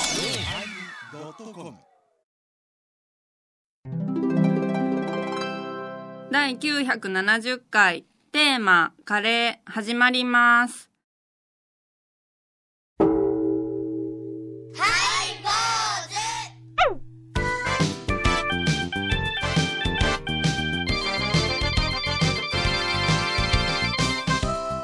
yosmir 第970回テーマ「カレー」始まります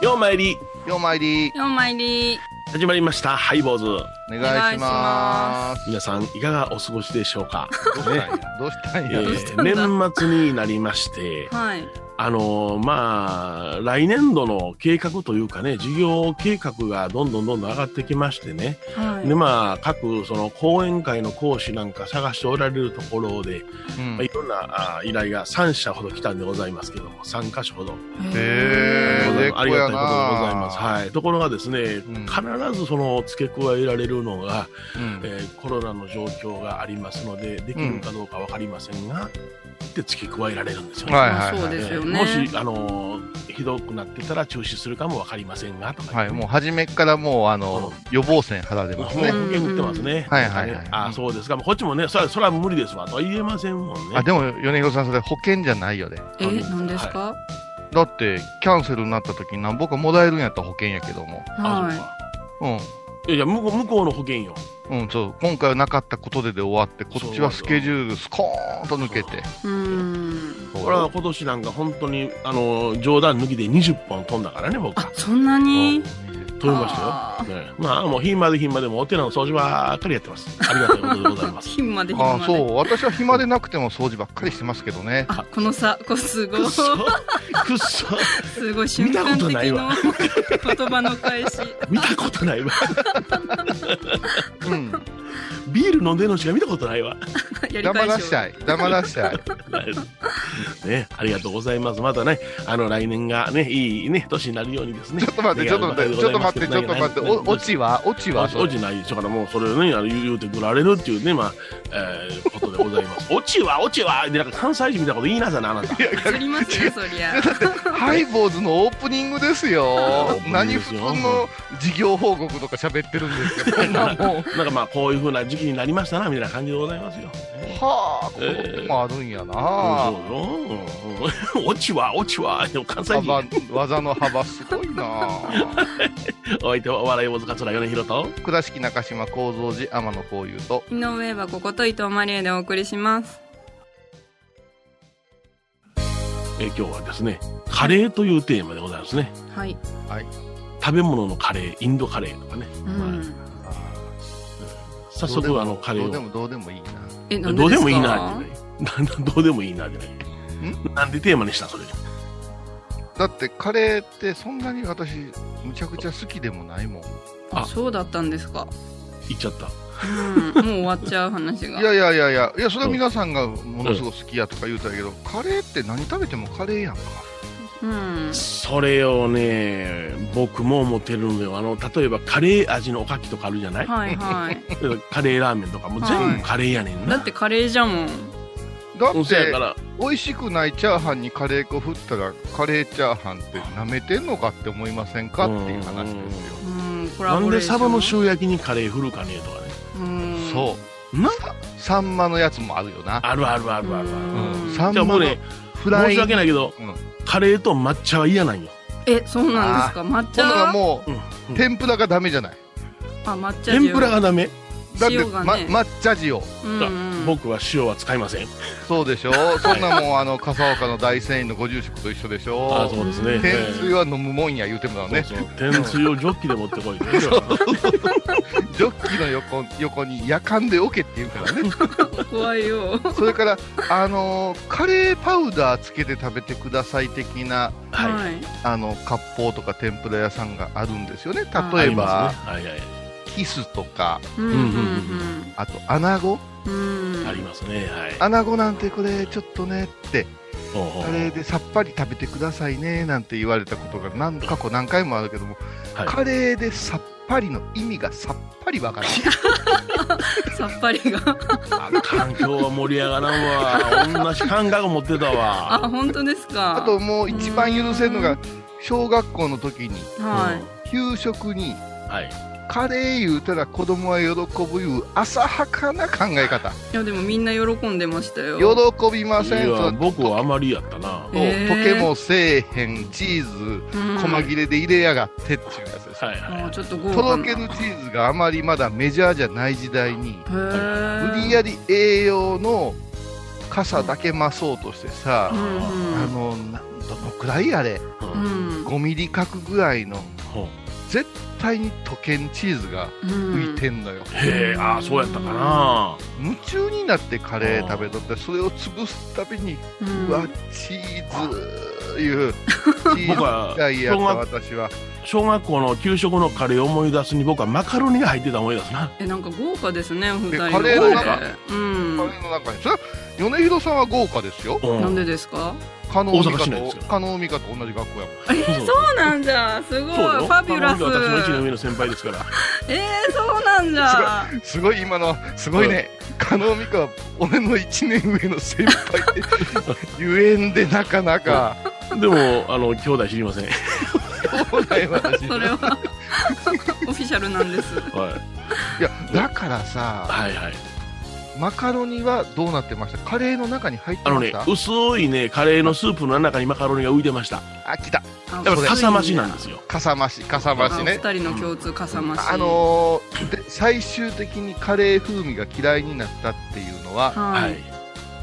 ようまいりようまいりようまいり始まりましたハイボーズお願いします皆さんいかがお過ごしでしょう か、ねどうしたえんや、どうしたんやー年末になりましてはいあのーまあ来年度の計画というかね事業計画がどんどんどんどん上がってきましてね、はいでまあ各その講演会の講師なんか探しておられるところで、うんまあ、いろんなあー依頼が3社ほど来たんでございますけども3箇所ほどへーありがたいことでございでっこやなます、はい、ところがですね、ん必ずその付け加えられるのがうんえーコロナの状況がありますのでできるかどうか分かりませんが、って付け加えられるんですよね。はいまあそうですよねえーもし、あのーひどくなってたら中止するかも分かりませんがとか、はい、もう初めっからもうあの予防線張られもうます保ね険、売ってますね。はいはいはいねあそうですか、もうこっちもね、それはそれは無理ですわとは言えませんもんね。あでも米広さんそれ保険じゃないよねえ何ですかだってキャンセルになった時なんぼかもらえるんやったら保険やけどもあそうはかいやいや向こう向こうの保険よ。うんうんそう今回はなかったことでで終わってこっちはスケジュールスコーンと抜けていうーんこれは今年なんか本当にあのー冗談抜きで20本飛んだからね僕あは。そんなに飛びましたよ。ね、まあもうひんまでひんまでもお寺の掃除ばっかりやってます。ありがたいことでございます。金まで金あまあでそう私は暇でなくても掃除ばっかりしてますけどねあこの差こうすごくいっそくっそすごい瞬間的見たことないのわ言葉の返し 見たことないわうんビール飲んでるのしか見たことないわやり黙返らしをしたい黙らしたいねありがとうございますまたねあの来年がねいいね年になるようにですねちょっと待って、ちょっと待って、ちょっと待って、ちょっと待って、お落ちは、落ちは、落ちないだからもうそれをねあの言う言うてくられるっていうねまあ、えー、ことでございます 落ちは落ちはでなんか関西人みたいなこと言いなさいなあなたそりますよそりゃハイボーズのオープニングで すー。よプニングで何す普通よの事業報告とか喋ってるんです よ。こんなもんなんかまあこういうふうな時期になりましたなみたいな感じでございますよ、ねはあ、こういうこともあるんやな。あうん そうよ。落ちは落ちは。でも関西人、ま技の幅すごいな。お相手はお笑い大塚つら米広と。倉敷中島幸三寺天野幸雄と。井上はここと伊藤マリエでお送りしますえー今日はですね、カレーというテーマでございますね。はい、食べ物のカレー、インドカレーとかね。うん、早速あのカレどうでーも、どうでもいいな。えなを。んどうでもいいすなかってね。どうでもいい なってね。なんでテーマにしたそれ。だって、カレーって、そんなに私、むちゃくちゃ好きでもないもん。あそうだったんですか、言っちゃった。うん、もう終わっちゃう話がいやいやいやいや、いや、それは皆さんがものすごく好きやとか言うたらいいけど、カレーって何食べてもカレーやんか。うんそれをね、僕も思ってるのよ。あの、例えばカレー味のおかきとかあるじゃないはい はいカレーラーメンとかも全部カレーやねんだな。ってカレーじゃもんだっうんそやてか、ら、美味しくないチャーハンにカレー粉振ったらカレーチャーハンって舐めてんのかって思いませんかっていう話ですようんコなラんボレーでショサンバの塩焼きにカレー振るかねとかね。うんそうなうサンマのやつもあるよなあるあるあるあるあうる。んサンじゃマあものうね、フラ申イし訳ないけど、うんカレーと抹茶は嫌なんよ。えそうなんですか抹ほんな茶らもうんううん天ぷらがダメじゃないあ抹茶天ぷらがダメ、だって、塩がま、ね抹茶塩うんうん僕は塩は使いません。そうでしょそんなもんあの笠岡の大仙院のご住職と一緒でしああ、ょそうですね。天つゆは飲むもんや言うてもらうねねそうそう天つゆをジョッキで持ってこいね。 ジョッキの横横にやかんでおけって言うから ね怖いよそれからあのーカレーパウダーつけて食べてください的なはい。はいあの割烹とか天ぷら屋さんがあるんですよねあー例あえりまば、すね。はいはい。キスとかうんうんうんあとアナゴうんありますね。はい。アナゴなんてこれちょっとねってほうほうカレーでさっぱり食べてくださいねなんて言われたことが何過去何回もあるけども、はいカレーでさっぱりの意味がさっぱりわからないさっぱりがあ環境は盛り上がらんわ。同じ感覚持ってたわ。あ本当ですかあともう一番許せるのうが小学校の時に、はい。給食に、うんはい。カレー言うたら子供は喜ぶいう浅はかな考え方。いやでもみんな喜んでましたよ。喜びませんいやと、僕はあまりやったな。とへー溶けもせえへんチーズ、うん細切れで入れやがってっていうやつです。はいはいもうちょっと豪と華ろな。けへるチーズがあまりまだメジャーじゃない時代に、ー無理やり栄養の傘だけ増そうとしてさ、うんうんあのなどのくらいあれううんん。 5ミリ角ぐらいのほ絶対に溶けんチーズが浮いてんのよ、うへえ、ああ、そうやったかな。夢中になってカレー食べとってそれを潰すたびに、う。うんわチー ズいうチー僕ズは、嫌いやった私は小学校の給食のカレーを思い出すに、僕はマカロニが入ってた思い出すな。えなんか豪華ですねお二人えカレーの豪華うんカレーの中にそれは米広さんは豪華ですようなんでですか加納美大阪市内香ですよと加納美香と同じ学校やもんえー、そうなんじゃすごいフそうよ。ァビュラスカロニが私の1年上の先輩ですから。えー、そうなんじゃすごい今のすごいね、加納美香は俺の1年上の先 輩でゆえんでなかなかでも、あの、兄弟知 りません。はい。そうだよ私いそれは オフィシャルなんですやだからさはいはい。マカロニはどうなってましたカレーの中に入ってあのまねし、た薄いね、カレーのスープの中にマカロニが浮いてました。あ来たあだから、かさ増しなんですよ。かさ増しかさあ増しねお二人の共通かさ増しあのーで最終的にカレー風味が嫌いになったっていうのはは、はいい。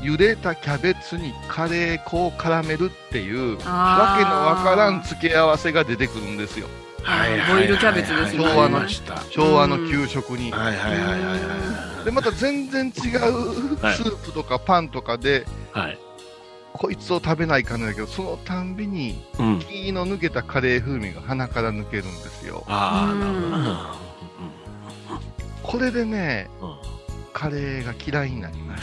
茹でたキャベツにカレー粉を絡めるっていうわあけーのわからん付け合わせが出てくるんですよはいボイルキャベツですねはいはいはいありました。昭和の給食に、はいはいはいはいはいでまた全然違うスはいープとかパンとかで、はい。こいつを食べないかんのやけどそのたんびにうん。気の抜けたカレー風味が鼻から抜けるんですよああ、なるほどな。これでねうんうんカレーが嫌いになりまし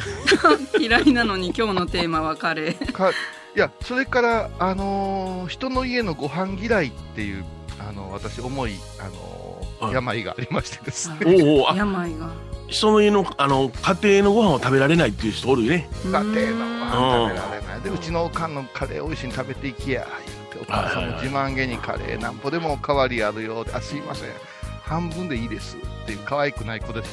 嫌いなのに今日のテーマはカレーたかいやそれから、あのー人の家のご飯嫌いっていう、あの私重い、あのーはい病がありましてですねおうおう、あ、病が人の家の、あの、家庭のご飯を食べられないっていう人おるよね。家庭のうご飯ん食べられないでうちのおかんのカレー美味しいに食べていきや言うてお母さんもはいはいはい自慢げにカレーなんぼでもおかわりあるよってあすいません半分でいいですっていう可愛くない子でし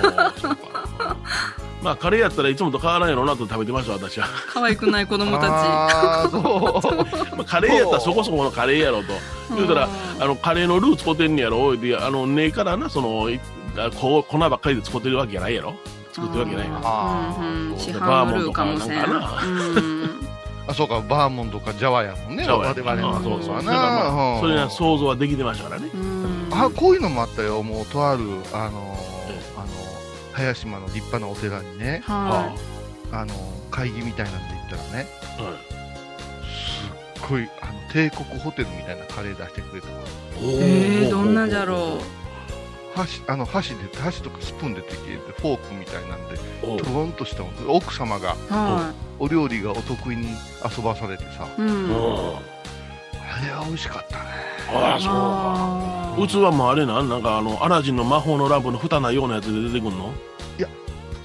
たわ まあ、カレーやったらいつもと変わらんやろうなと食べてました、私 は。可愛くない子供たああそうまあ、カレーやったらそこそこのカレーやろうと。ち言うたらん、あの、カレーのルー使ってんねやろ、おいで、あの、根からな、その、いあこ粉ばっかりで使ってるわけやないやろ。作ってるわけないやろ。あうんうん、ー市そう販のルーかもせんバーモントうかんあそうかバーモンとかジャワやもんねジャワ我やね々のあそそううそそううなだからまあそれうんは想像はできてましたからね。うんあこういうのもあったよもうとあるあのーあの早島の立派なお寺にねはあのー会議みたいなんで行ったらねあはいすっごいあの帝国ホテルみたいなカレー出してくれたわい。えー、どんなじゃろ箸あの箸で箸とかスプーンで適切でフォークみたいなんでうおうトロンとしたの奥様がう。はお料理がお得意に遊ばされてさい。うん。おうあれは美味しかったねああそうかあー器もあれなんなんかあのアラジンの魔法のランプの蓋ないようなやつで出てくんの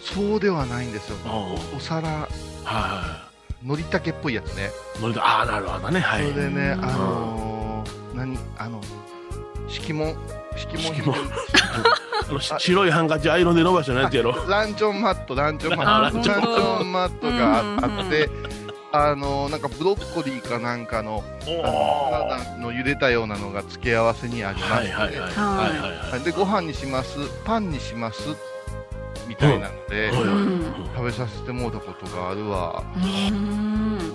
そうではないんですようんお皿はのりたけっぽいやつねいのりとああなるほどねそはいれでねあうんのー何あの敷物敷敷物物あのし白いハンカチアイロンで伸ばしたようなやつやろランチョンマットランチョンマあッラトンチョランンチョンマットがうんうんうんあってあのーなんかブロッコリーかなんかのおおサはラダの茹でたようなのが付け合わせにありいまはしいて、はいはいはいはいでご飯にしますパンにしますみたいなので、はいはいうん食べさせてもうたことがあるわうん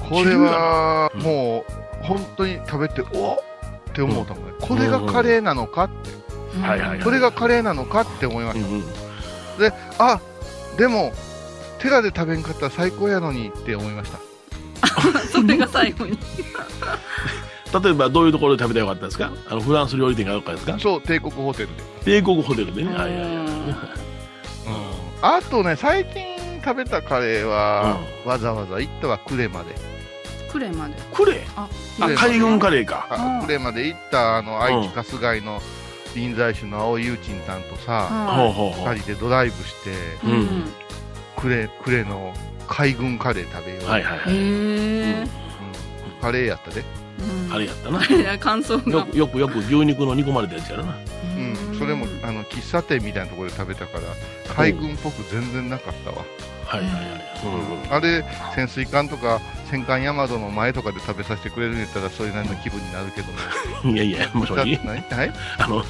これはうんもう本当に食べておっって思ったもんね、これがカレーなのかって、はいはいはいこれがカレーなのかって思いましうんうんた、あでもテラで食べんかったら最高やのにって思いましたそれが最後に。例えばどういうところで食べたらよかったですかあのフランス料理店かどっかですかそう帝国ホテルで、帝国ホテルでねうんはいはいはいあとね最近食べたカレーは、わざわざ行ったは呉までクレまで。クレああ海軍カレーかあうん呉まで行ったあの愛知うん春日井の臨済宗の青井悠鎮さんとさ、ほうはほうほう二人でドライブしてい。うんうん。呉呉の海軍カレー食べよう、はいはいはいへえ。うんカレーやったでうん あれやったなあれだ感想がよくよくよく牛肉の煮込まれたやつやろなううん、それもあの喫茶店みたいなところで食べたから海軍っぽく全然なかったわ、はいはいはい、うんうんあれ潜水艦とか戦艦ヤマドの前とかで食べさせてくれるんやったらそれなりの気分になるけどもいやいや、もしも し、何はいあの、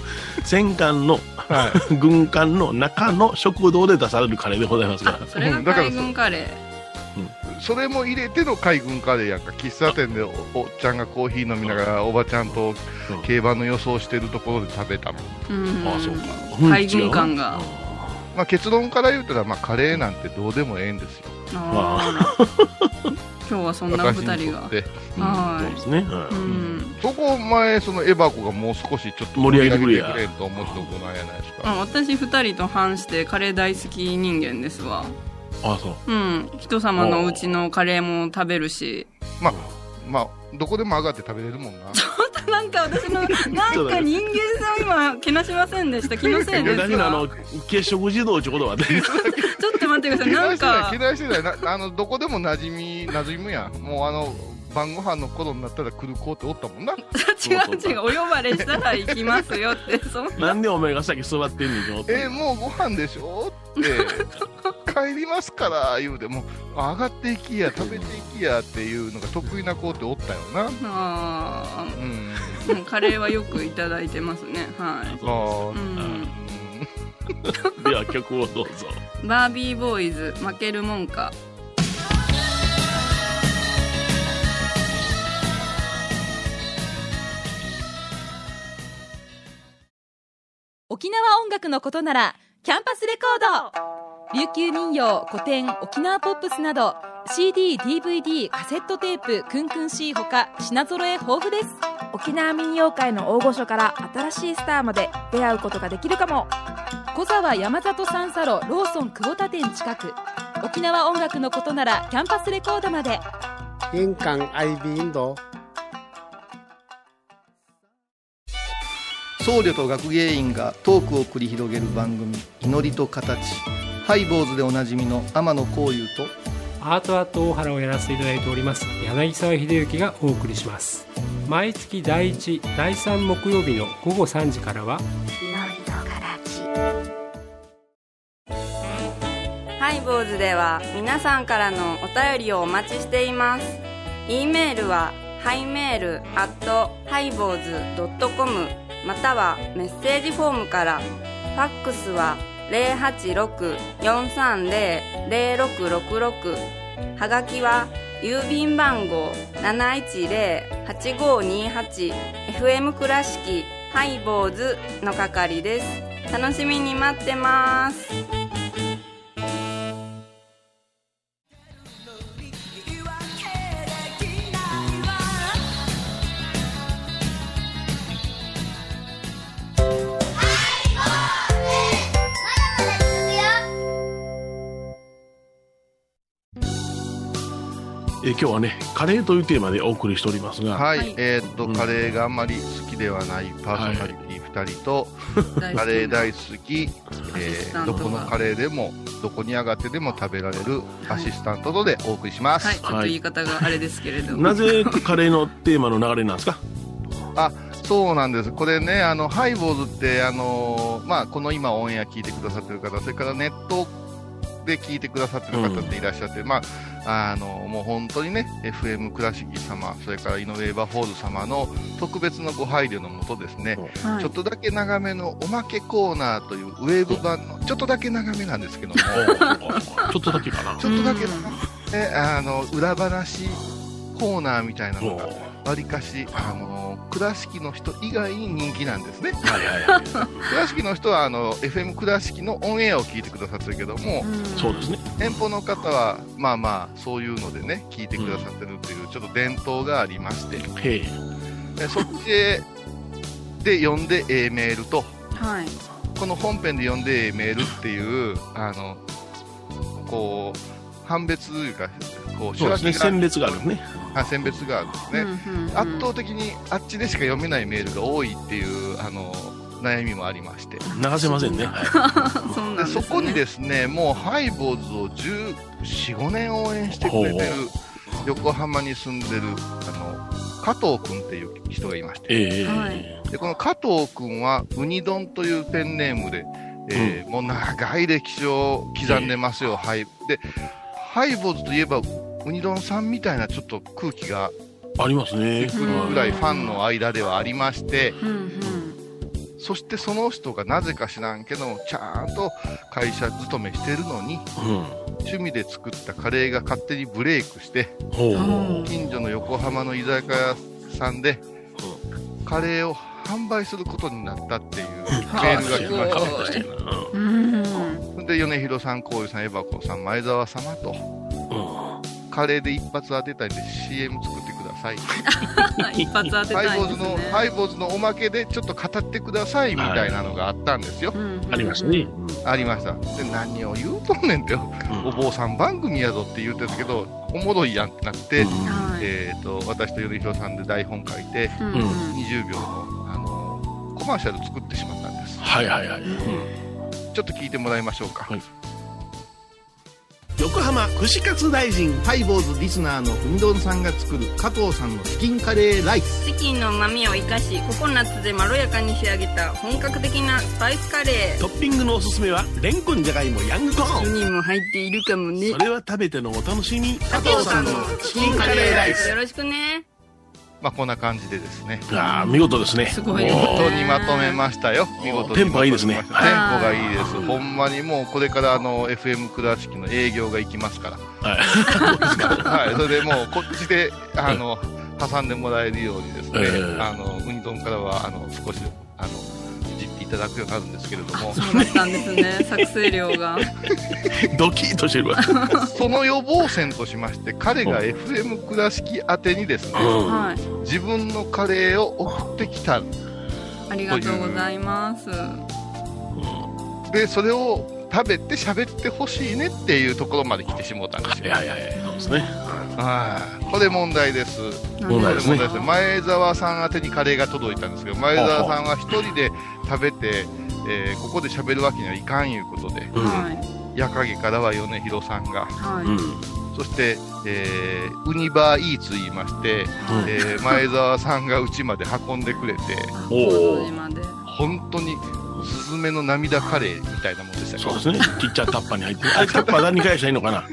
戦艦の、は軍艦の中の食堂で出されるカレーでございますから。それがうんだから海軍カレーいそれも入れての海軍カレーやんか喫茶店でおおっちゃんがコーヒー飲みながらおばちゃんとうん競馬の予想してるところで食べたもん、うんああ、そうか。海軍艦がうん違うまあ、結論から言うたら、まあ、カレーなんてどうでもええんですよあー今日はそんな私2に人とっがてなうんそうですね。はういんそこを前そのエバコがもう少しちょっと盛り上げてくれや盛り上げてくれんと思っておくなんやないですか、あ私2人と反してカレー大好き人間ですわああ、そう。うん人様のうちのカレーも食べるしまあまあどこでも上がって食べれる もんななんか私のなんか人間性を今けなしませんでした気のせいいでやすだけど、あのわ、軽食児童ちゅうことはね、 ちょっと待ってください嫌ないんしてなかい嫌いしてないなあのどこでも馴染み馴染むやんもうあの晩ご飯の頃になったら来る子っておったもんな違う違うお呼ばれしたら行きますよってそんななんでお前が先座ってんねんけどってえーもうご飯でしょって帰りますから言うてもう上がっていきや食べていきやっていうのが得意な子っておったよなあうんーうんカレーはよくいただいてますねはい、あうーん、では曲をどうぞ。 バービーボーイズ負けるもんか沖縄音楽のことならキャンパスレコード琉球民謡古典沖縄ポップスなど CDDVD カセットテープクンクン C ほか品揃え豊富です沖縄民謡界の大御所から新しいスターまで出会うことができるかも小沢山里三佐路ローソン久保田店近く沖縄音楽のことならキャンパスレコードまで玄関アイビーインド僧侶と学芸員がトークを繰り広げる番組「祈りと形」ハイボーズでおなじみの天野幸雄とアートアート大原をやらせていただいております柳沢秀幸がお送りします毎月第1第3木曜日の午後3時からはハイボーズでは皆さんからのお便りをお待ちしています。e メールはハイメールアットハイボーズドットコムまたはメッセージフォームから。ファックスは086-430-0666はがきは郵便番号710-8528 FM 倉敷ハイボーズの係です。楽しみに待ってます。え今日はね、カレーというテーマでお送りしておりますが、はい、はいえーっと、うんカレーがあんまり好きではないパーソナリティ2人と、カレー大好き、えスターントどがこのカレーでもどこに上がってでも食べられるアシスタントとでお送りします、はい、ちょっと言い方があれですけれども。なぜカレーのテーマの流れなんです かそうなんですこれねあのハイボーズってあのーまあこの今オンエア聞いてくださってる方それからネットで聞いてくださってる方っていらっしゃって、まああのもう本当にね FM 倉敷様それからイノベーバーホール様の特別のご配慮のもとですね、はいちょっとだけ長めのおまけコーナーというウェーブ版のちょっとだけ長めなんですけどもおうおうおうちょっとだけかなち。ょっとだけうんねあの裏話コーナーみたいなおのうがわりかしあの倉敷の人以外に人気なんですねはいはいはい、 倉敷の人はあの FM 倉敷のオンエアを聞いてくださってるけどもそうですね。遠方の方はまあまあそういうのでね聞いてくださってるというちょっと伝統がありましてへえ。えそっちで読んでええメールとはい。この本編で読んでええメールっていうあのこう判別というかこうそうですね、仕分鮮け烈があるね。があ選別があるんですね、うんうんうん圧倒的にあっちでしか読めないメールが多いっていうあの悩みもありまして流せませんね。は そうなんでです、ね。そこにですねもうハイボーズを1415年応援してくれてるほ横浜に住んでるあの加藤くんっていう人がいまして、ええはいでこの加藤君はウニ丼というペンネームで、えーもう長い歴史を刻んでますよ、はい、でハイボーズといえばウニ丼さんみたいなちょっと空気がありますね。くるぐらいファンの間ではありまして、うんうんそしてその人がなぜか知らんけどもちゃんと会社勤めしてるのにうん。趣味で作ったカレーが勝手にブレイクしてほう。うん近所の横浜の居酒屋さんでカレーを販売することになったっていう メールが来ました。してるな。うん で米広さん、こういうさん、エバコさん、前澤様と、カレーで一発当てたいんで CM 作ってください、一発当てハたイいボでーすズのねハイボーズのおまけでちょっと語ってくださいみたいなのがあったんですよ、うんうんありましたね。ありました、で何を言うとんねんって、お坊さん番組やぞって言うてたけど、おもろいやんってなって、はいえー、と私と米広さんで台本書いて、うんうん20秒のあのコマーシャル作ってしまったんです、はいはいはい。ちょっと聞いてもらいましょうか。横浜串カツ大臣。ハイボーズリスナーのウニ丼さんが作る加藤さんのチキンカレーライスチキンの旨味を生かしココナッツでまろやかに仕上げた本格的なスパイスカレトッピングのおすすめは、レンコンじゃがいもヤングコーーン。 4人も入っているかもねそれは食べてのお楽しみ。加藤さんのチキンカレーライスよろしくねまあ、こんな感じでですねああ、見事ですね。すごいねおー本当にまとめましたよ。見事にテンポがいいですねまとめましたテンポはがいいいです。ほんまにもうこれからあの FM 倉敷の営業が行きますから。はい。それでもうこっちであの挟んでもらえるようにですねええ。あのウニ丼からはあの少しあの実費いただくようになるんですけれども、そうだったんですね作成量 が ドキッとしてる わ。その予防線としまして彼が FM 倉敷宛てにですね、うんはい自分のカレーを送ってきた。ありがとうございますでそれを食べて喋ってほしいねっていうところまで来てしもうたんですよ。いやいやいや、そうですね。はい、これ問題です。問題ですねこれ問題前澤さん宛てにカレーが届いたんですけど、前澤さんは一人で食べて、えーここで喋るわけにはいかんいうことで、うん。はい矢影からは米広さんが、はい、うん。そして、えーウニバーイーツ言いまして、うんえー前澤さんがうちまで運んでくれて、あおーそう今で本当にスズメの涙カレーみたいなもんでしたそうよですね。ちっちゃいタッパーに入っ てる。あれ、タッパー何回したらいいのかな。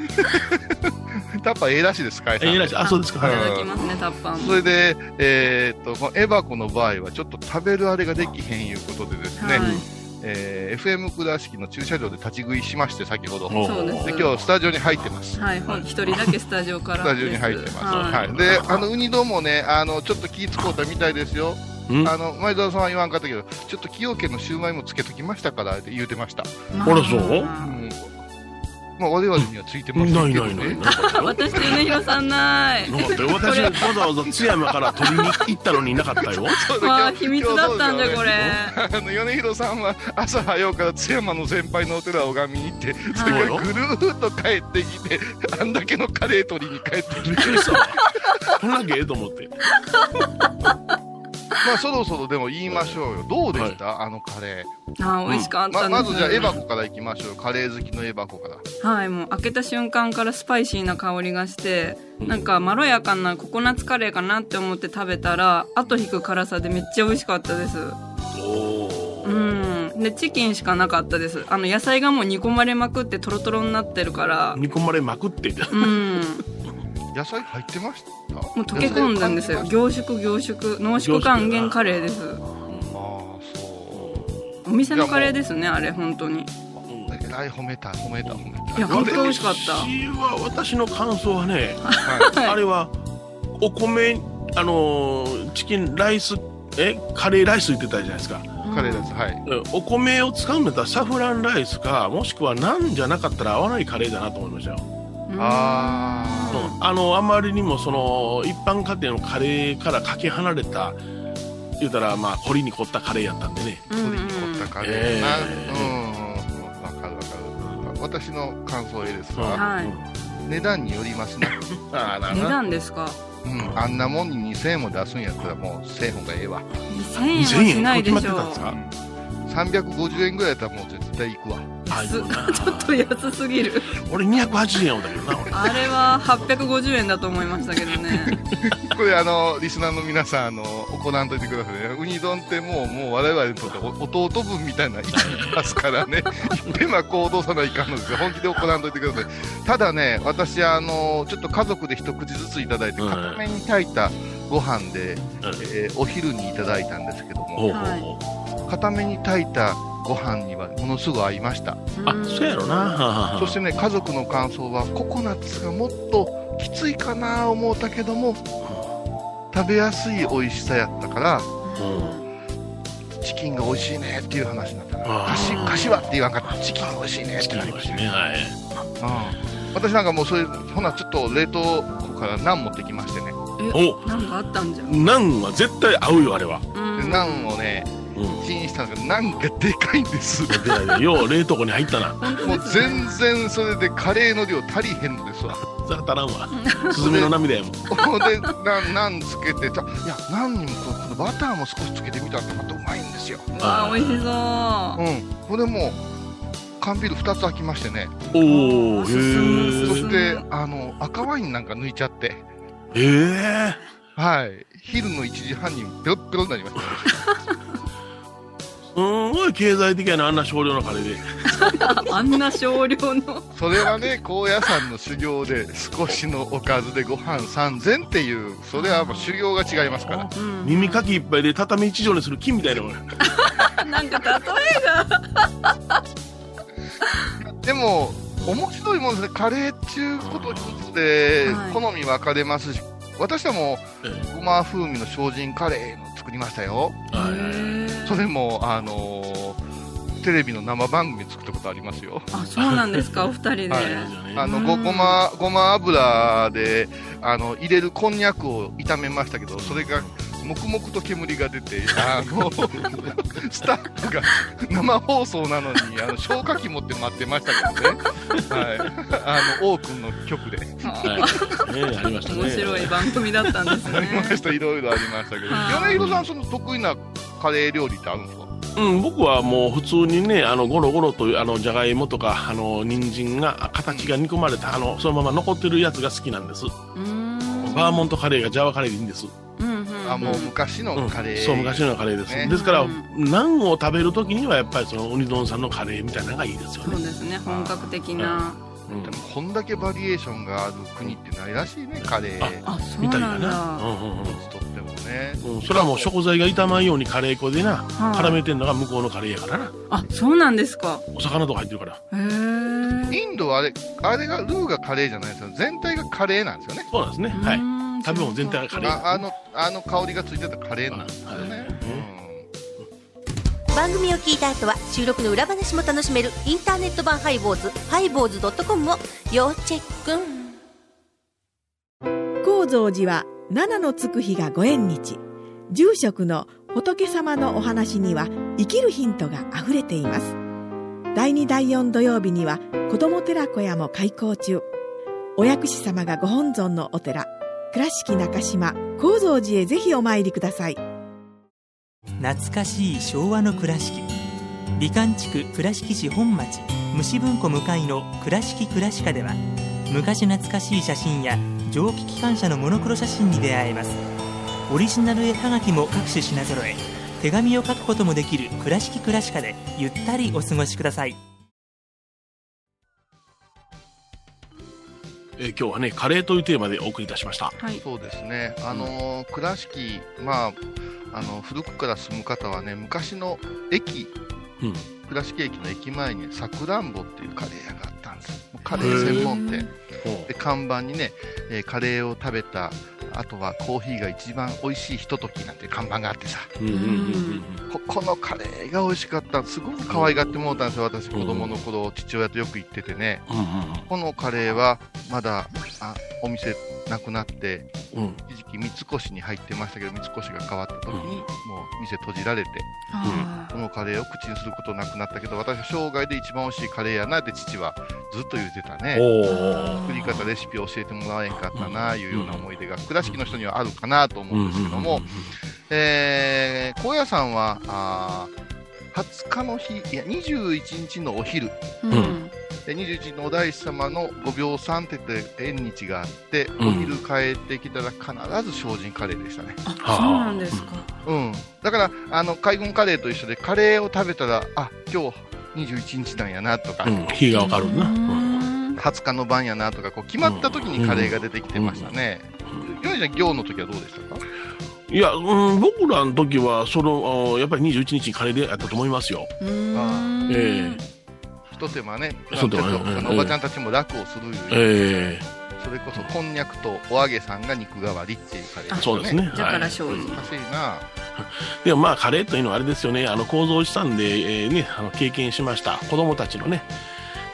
タッパーええらしいです、会 社。ええらしい。あ、そうですか。いたはいだきますねタッパーそもれで、えーっとこのエバコの場合はちょっと食べるあれができへんいうことでですはね、いえー FM 倉敷の駐車場で立ち食いしまして先ほどでおーそうです今日スタジオに入ってますはいほん一人だけスタジオからですスタジオに入ってます、ははいいであのウニ丼もねあのちょっと気ぃ使うたみたいですようんあの前澤さんは言わんかったけどちょっと崎陽軒のシューマイもつけときましたからって言うてました、まあらそううんまあ、我々にはついてまなせいんけど、なね、いないない。私と米広さんないなか ったよ。私、わざわざ津山から取りに行ったのになかったよ。そうだわあ今日秘密だったんじゃこれあの米広さんは朝早うから津山の先輩のお寺を拝みに行ってそれからぐるーっと帰ってきて あんだけのカレー取りに帰ってき びってくりした わ。こんなけええと思って。まあそろそろでも言いましょうよどうでした、あのカレあー美味しかっーたまんですまずじゃあエバコからいきましょうカレー好きのエバコからはいもう開けた瞬間からスパイシーな香りがしてなんかまろやかなココナッツカレーかなって思って食べたら後引く辛さでめっちゃ美味しかったですおうー。んでチキンしかなかったですあの野菜がもう煮込まれまくってトロトロになってるから煮込まれまく って。うん野菜入ってましたももう溶け込んだんですよあ凝縮凝縮濃縮還元カレーですあそお店のカレーですねあれ本当にうえらい褒めた褒めた褒めたいやは本当に美味しかっ私は、私の感想はね、いはいあれは、お米、あのー、チキンライス、え、カレーライス言ってたじゃないですか。たカレーですはいうんお米を使うんだったらサフランライスか、もしくはなんじゃなかったら合わないカレーだなと思いましたよ。うんあうんあの、あまりにもその、一般家庭のカレーからかけ離れた、言うたら、まあ、凝りに凝ったカレーやったんでね。うん取りに凝ったカレーな、えうんうんうんわかるわかる私の感想ですうんが、はい値段によりますね、 ああ、な値段ですかうん、あんなもんに2000円も出すんやったらもう1000円がええわ2000円はしないでしょこっち待ってたんですかうん350円ぐらいだったらもう絶対行 くわあすちでょもなっと安すぎる俺280円をだけどな俺あれは850円だと思いましたけどねこれあのリスナーの皆さんあの行わんといてくださいねウニ丼ってもうもう我々にとってお弟分みたいな位置にいますか らねいっぺんは行動さないかんのですよ本気で行わんといてくださいただね私あのちょっと家族で一口ずついただいてうん片面に炊いたご飯で、えーお昼にいただいたんですけどほもうほうほう片面に炊いたご飯にはものすぐ合いましたあそうやろなはあはあはあそしてね家族の感想はココナッツがもっときついかな思うたけども食べやすい美味しさやったからうんチキンが美味しいねっていう話になったからあー菓子菓子はって言わんかったチキン美味しいねっチキてンな美りま味ししいたねね、はいうん、私なんかもうそういうほなちょっと冷凍庫からナン持ってきましてねおなんかあったんじゃん、ナンは絶対合うよあれはでナンをねうんチンしたんですけどナンがでかいん ですもでだよよう冷凍庫に入ったなう全然それでカレーの量足りへんのですわさあ足らんわスズメの涙やもんほんでナンナンつけてたいやナンにもこのこのバターも少しつけてみたらまたうまいんですよわあ美味しそううんこれもう缶ビール2つ開きましてねおおへうそんしーてあの赤ワインなんか抜いちゃってへえはい、昼の1時半にペロッペロになりましすんごい経済的やなあんな少量のカレーであんな少量のたそれはね高野山の修行で少しのおかずでご飯3000っていうそれはもう修行が違いますから耳かきいっぱいで畳一畳にする金みたいなもんやなんか例でも面白いもんですねカレーっちゅうこと一つではい好み分かれますし、私はもえうごま風味の精進カレーの作りましたよはいはいはいえばそれもあのーテレビの生番組作ったことありますよあそうなんです かお二人で、はいあのごうんごまごま油であの入れるこんにゃくを炒めましたけどそれが黙々と煙が出てあ のスタッフが生放送なのにあの消火器持って待ってましたけどね、はい、あの王君の局であはいねありましたね面白い番組だったんですありまねしたいろいろありましたけどはい米広さんその得意なカレー料理ってあるんですかうん、僕はもう普通にねあのゴロゴロというあのじゃがいもとかあの人参があ形が煮込まれたあのそのまま残ってるやつが好きなんですうーんバーモントカレーがジャワカレーでいいんです、うんうんうんあもう昔のカレー、うんそう昔のカレーです、ねですから、うんナンを食べる時にはやっぱりそのウニ丼さんのカレーみたいなのがいいですよそうね、ですね本格的なうんでもこんだけバリエーションがある国ってないらしいねカレーあそうみたいななんなうだんうんうんとってもねうんそれはもう食材が傷まんようにカレー粉でな絡めてんのが向こうのカレーやからなあそうなんですかお魚とか入ってるからへえインドはあれ、あれがルーがカレーじゃないですよ。全体がカレーなんですよね。そうなんですねはい食べ物全体がカレーああの、あの香りがついてたカレーなんですよはねい。番組を聞いた後は収録の裏話も楽しめるインターネット版ハイボーズハイボーズドットコムを要チェック高蔵寺は七のつく日がご縁日住職の仏様のお話には生きるヒントがあふれています第2第4土曜日には子ども寺小屋も開校中お薬師様がご本尊のお寺倉敷中島・高蔵寺へぜひお参りください懐かしい昭和の倉敷美観地区倉敷市本町虫文庫向かいの「倉敷倉歯科」では昔懐かしい写真や蒸気機関車のモノクロ写真に出会えますオリジナル絵はがきも各種品揃え手紙を書くこともできる「倉敷倉歯科」でゆったりお過ごしくださいえー今日はねカレーというテーマでお送りいたしましたはうんいそうですね。あのー、倉敷、まあ、あの、古くから住む方はね、昔の駅、うん倉敷駅の駅前にさくらんぼっていうカレー屋があったんです。もうカレー専門店。で、看板にね、えーカレーを食べた、あとはコーヒーが一番美味しいひとときなんて看板があってさ。うんうんうんうんここのカレーが美味しかったすごく可愛がってもらったんですよ私子供の頃父親とよく行っててねうんうんこのカレーはまだあお店なくなってうんうん一時期三越に入ってましたけど三越が変わった時に、うんもう店閉じられてあこのカレーを口にすることなくなったけど私は生涯で一番美味しいカレーやなって父はずっと言ってたねお作り方レシピを教えてもらえんかったなあいうような思い出が倉敷の人にはあるかなと思うんですけども、えー、高野山はあー20日の日、いや、21日のお昼、うんで21日のお大師様の5秒3って言って縁日があって、うんお昼帰ってきたら必ず精進カレーでしたね。あそうなんですか。うん、だからあの海軍カレーと一緒でカレーを食べたらあ今日21日なんやなとか、うん日がわかるな20日の晩やなとかこう決まった時にカレーが出てきてましたね。ヨネちゃん行の時はどうでしたかいや、うん、僕らの時はそのあーやっぱり21日にカレーでやったと思いますよ。あえひと手間ね、まあちょ一っ手と間ねあのええおばちゃんたちも楽をするよえうに、えそれこそこんにゃくとお揚げさんが肉代わりっていうカレーあそうですねだからはい精進正直難しいな、でもまあカレーというのはあれですよねあの構造資産で、えーね、あの経験しました子供たちのね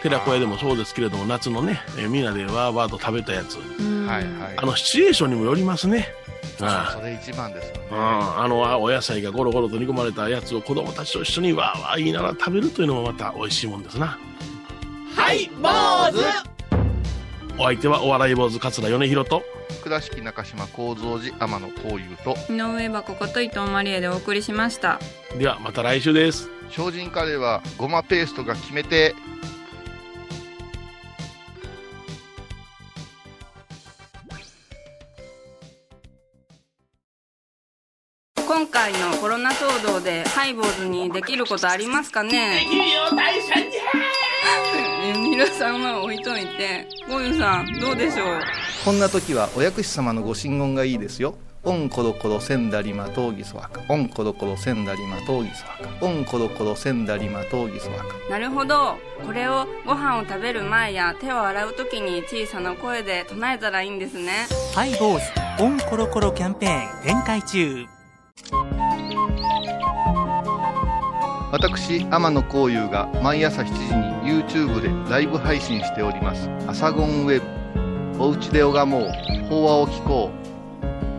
寺子屋でもそうですけれども夏のね、えーみんなでわーわーと食べたやつはいはいあのシチュエーションにもよりますねそあれ一番ですよねああのあお野菜がゴロゴロと煮込まれたやつを子供たちと一緒にわーわー言いながら食べるというのもまた美味しいもんですなはい坊主お相手はお笑い坊主桂米広と倉敷中島幸三寺天野幸雄と井上はここと伊藤マリエでお送りしました。ではまた来週です精進カレーはごまペーストが決めて今回のコロナ騒動でハイボーズにできることありますか ねえ皆さんは置いといてゴユさんどうでしょうこんな時はお薬師様のご神言がいいですよ。オンコロコロセンダリマトーギソワカ。オンコロコロセンダリマトーギソワカ。オンコロコロセンダリマトーギソワカ。なるほどこれをご飯を食べる前や手を洗う時に小さな声で唱えたらいいんですねハイボーズオンコロコロキャンペーン展開中私天野幸雄が毎朝7時に YouTube でライブ配信しております「アサゴンウェブ」「おうちで拝もう法話を聞こう」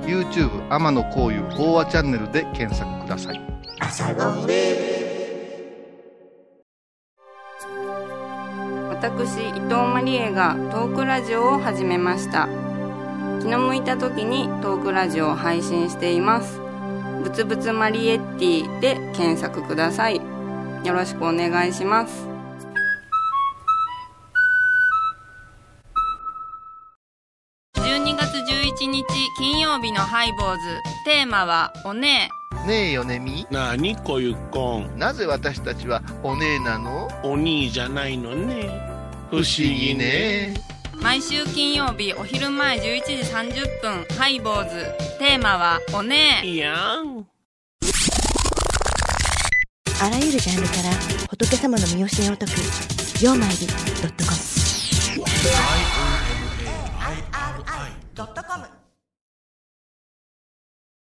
YouTube 天野幸雄法話チャンネルで検索ください私伊藤マリエがトークラジオを始めました気の向いた時にトークラジオを配信していますぶつぶつマリエッティで検索くださいよろしくお願いします12月11日金曜日のハイボーズテーマはおねねえよねみなにこゆこんなぜ私たちはお姉なのお兄じゃないのね不思議ね毎週金曜日お昼前11時30分ハイボーズテーマはおねいやんあらゆるジャンルから仏様の身教えを解く「曜マイルドットコム」ドットコム